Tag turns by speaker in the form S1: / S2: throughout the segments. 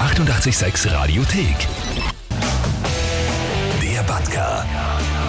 S1: 886 Radiothek. Der Batka.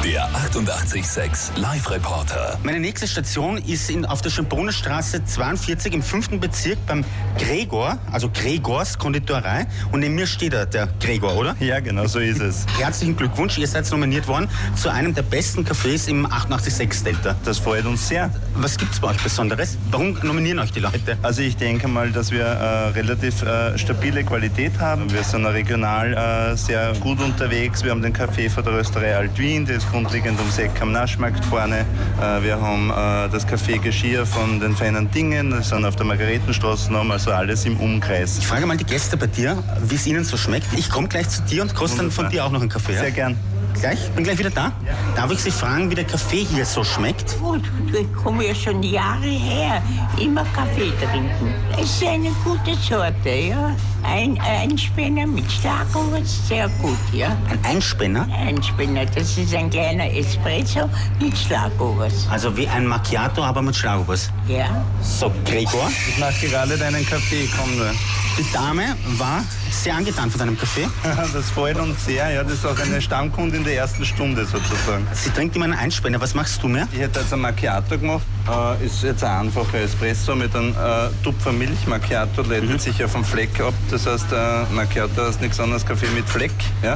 S1: Der 886 Live-Reporter.
S2: Meine nächste Station ist in, auf der Schönbrunner Straße 42 im 5. Bezirk beim Gregor, also Gregors Konditorei. Und neben mir steht er, der Gregor, oder?
S3: Ja, genau, so ist es.
S2: Herzlichen Glückwunsch, ihr seid nominiert worden zu einem der besten Cafés im 886 Delta.
S3: Das freut uns sehr.
S2: Was gibt's bei euch Besonderes? Warum nominieren euch die Leute?
S3: Also ich denke mal, dass wir äh, relativ äh, stabile Qualität haben. Wir sind regional äh, sehr gut unterwegs. Wir haben den Café vor der Rösterei Altwien, der ist grundlegend ums Eck am Naschmarkt vorne. Äh, wir haben äh, das Café Geschirr von den feinen Dingen, das sind auf der Margaretenstraße noch, also alles im Umkreis.
S2: Ich frage mal die Gäste bei dir, wie es ihnen so schmeckt. Ich komme gleich zu dir und koste dann von
S3: Wunderbar.
S2: dir auch noch einen Kaffee. ja?
S3: Sehr gern.
S2: Gleich? Bin gleich wieder da. Darf ich Sie fragen, wie der Kaffee hier so schmeckt?
S4: Gut, ich komme ja schon Jahre her, immer Kaffee trinken. Es ist eine gute Sorte, ja. Ein, ein Spinner mit Schlagung ist sehr gut, ja.
S2: Ein Einspänner?
S4: Ein Spinner, das ist ein kleiner Espresso mit Schlagobers.
S2: Also wie ein Macchiato, aber mit Schlagobers.
S4: Ja,
S2: So, Gregor.
S3: Ich mache gerade deinen Kaffee, komm nur.
S2: Die Dame war sehr angetan von deinem Kaffee.
S3: Das freut uns sehr, ja, das ist auch eine Stammkundin der ersten Stunde sozusagen.
S2: Sie trinkt immer einen Einspänner. Was machst du mehr?
S3: Ich hätte jetzt ein Macchiato gemacht, äh, ist jetzt ein einfacher Espresso mit einem äh, Tupfer Milch. Macchiato leitet sich ja vom Fleck ab, das heißt, äh, Macchiato ist nichts anderes Kaffee mit Fleck. Ja?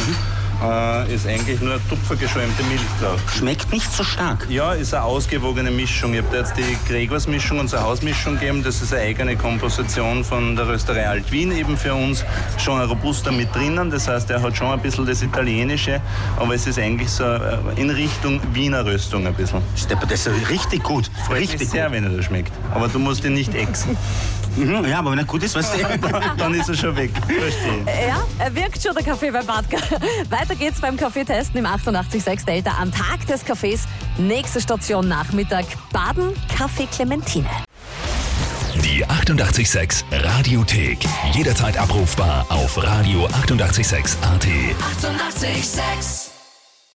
S3: Äh, ist eigentlich nur tupfergeschäumte Milch drauf.
S2: Schmeckt nicht so stark.
S3: Ja, ist eine ausgewogene Mischung. Ich habe jetzt die Gregors-Mischung, unsere Hausmischung gegeben. Das ist eine eigene Komposition von der Rösterei Alt-Wien eben für uns. Schon ein Robuster mit drinnen, das heißt, er hat schon ein bisschen das Italienische, aber es ist eigentlich so äh, in Richtung Wiener Röstung ein bisschen.
S2: Stepper, das ist richtig gut.
S3: Freut mich
S2: richtig
S3: sehr, wenn er das schmeckt. Aber du musst ihn nicht exen.
S2: gut. Mhm, ja, aber wenn er gut ist, weißt du.
S3: Dann ist er schon weg. Verstehe.
S5: Ja, er wirkt schon der Kaffee beim Badka. Weiter geht's beim Kaffeetesten im 886 Delta am Tag des Kaffees. Nächste Station Nachmittag Baden, Kaffee Clementine.
S1: Die 886 Radiothek. Jederzeit abrufbar auf radio886.at. 886! 886.
S6: 886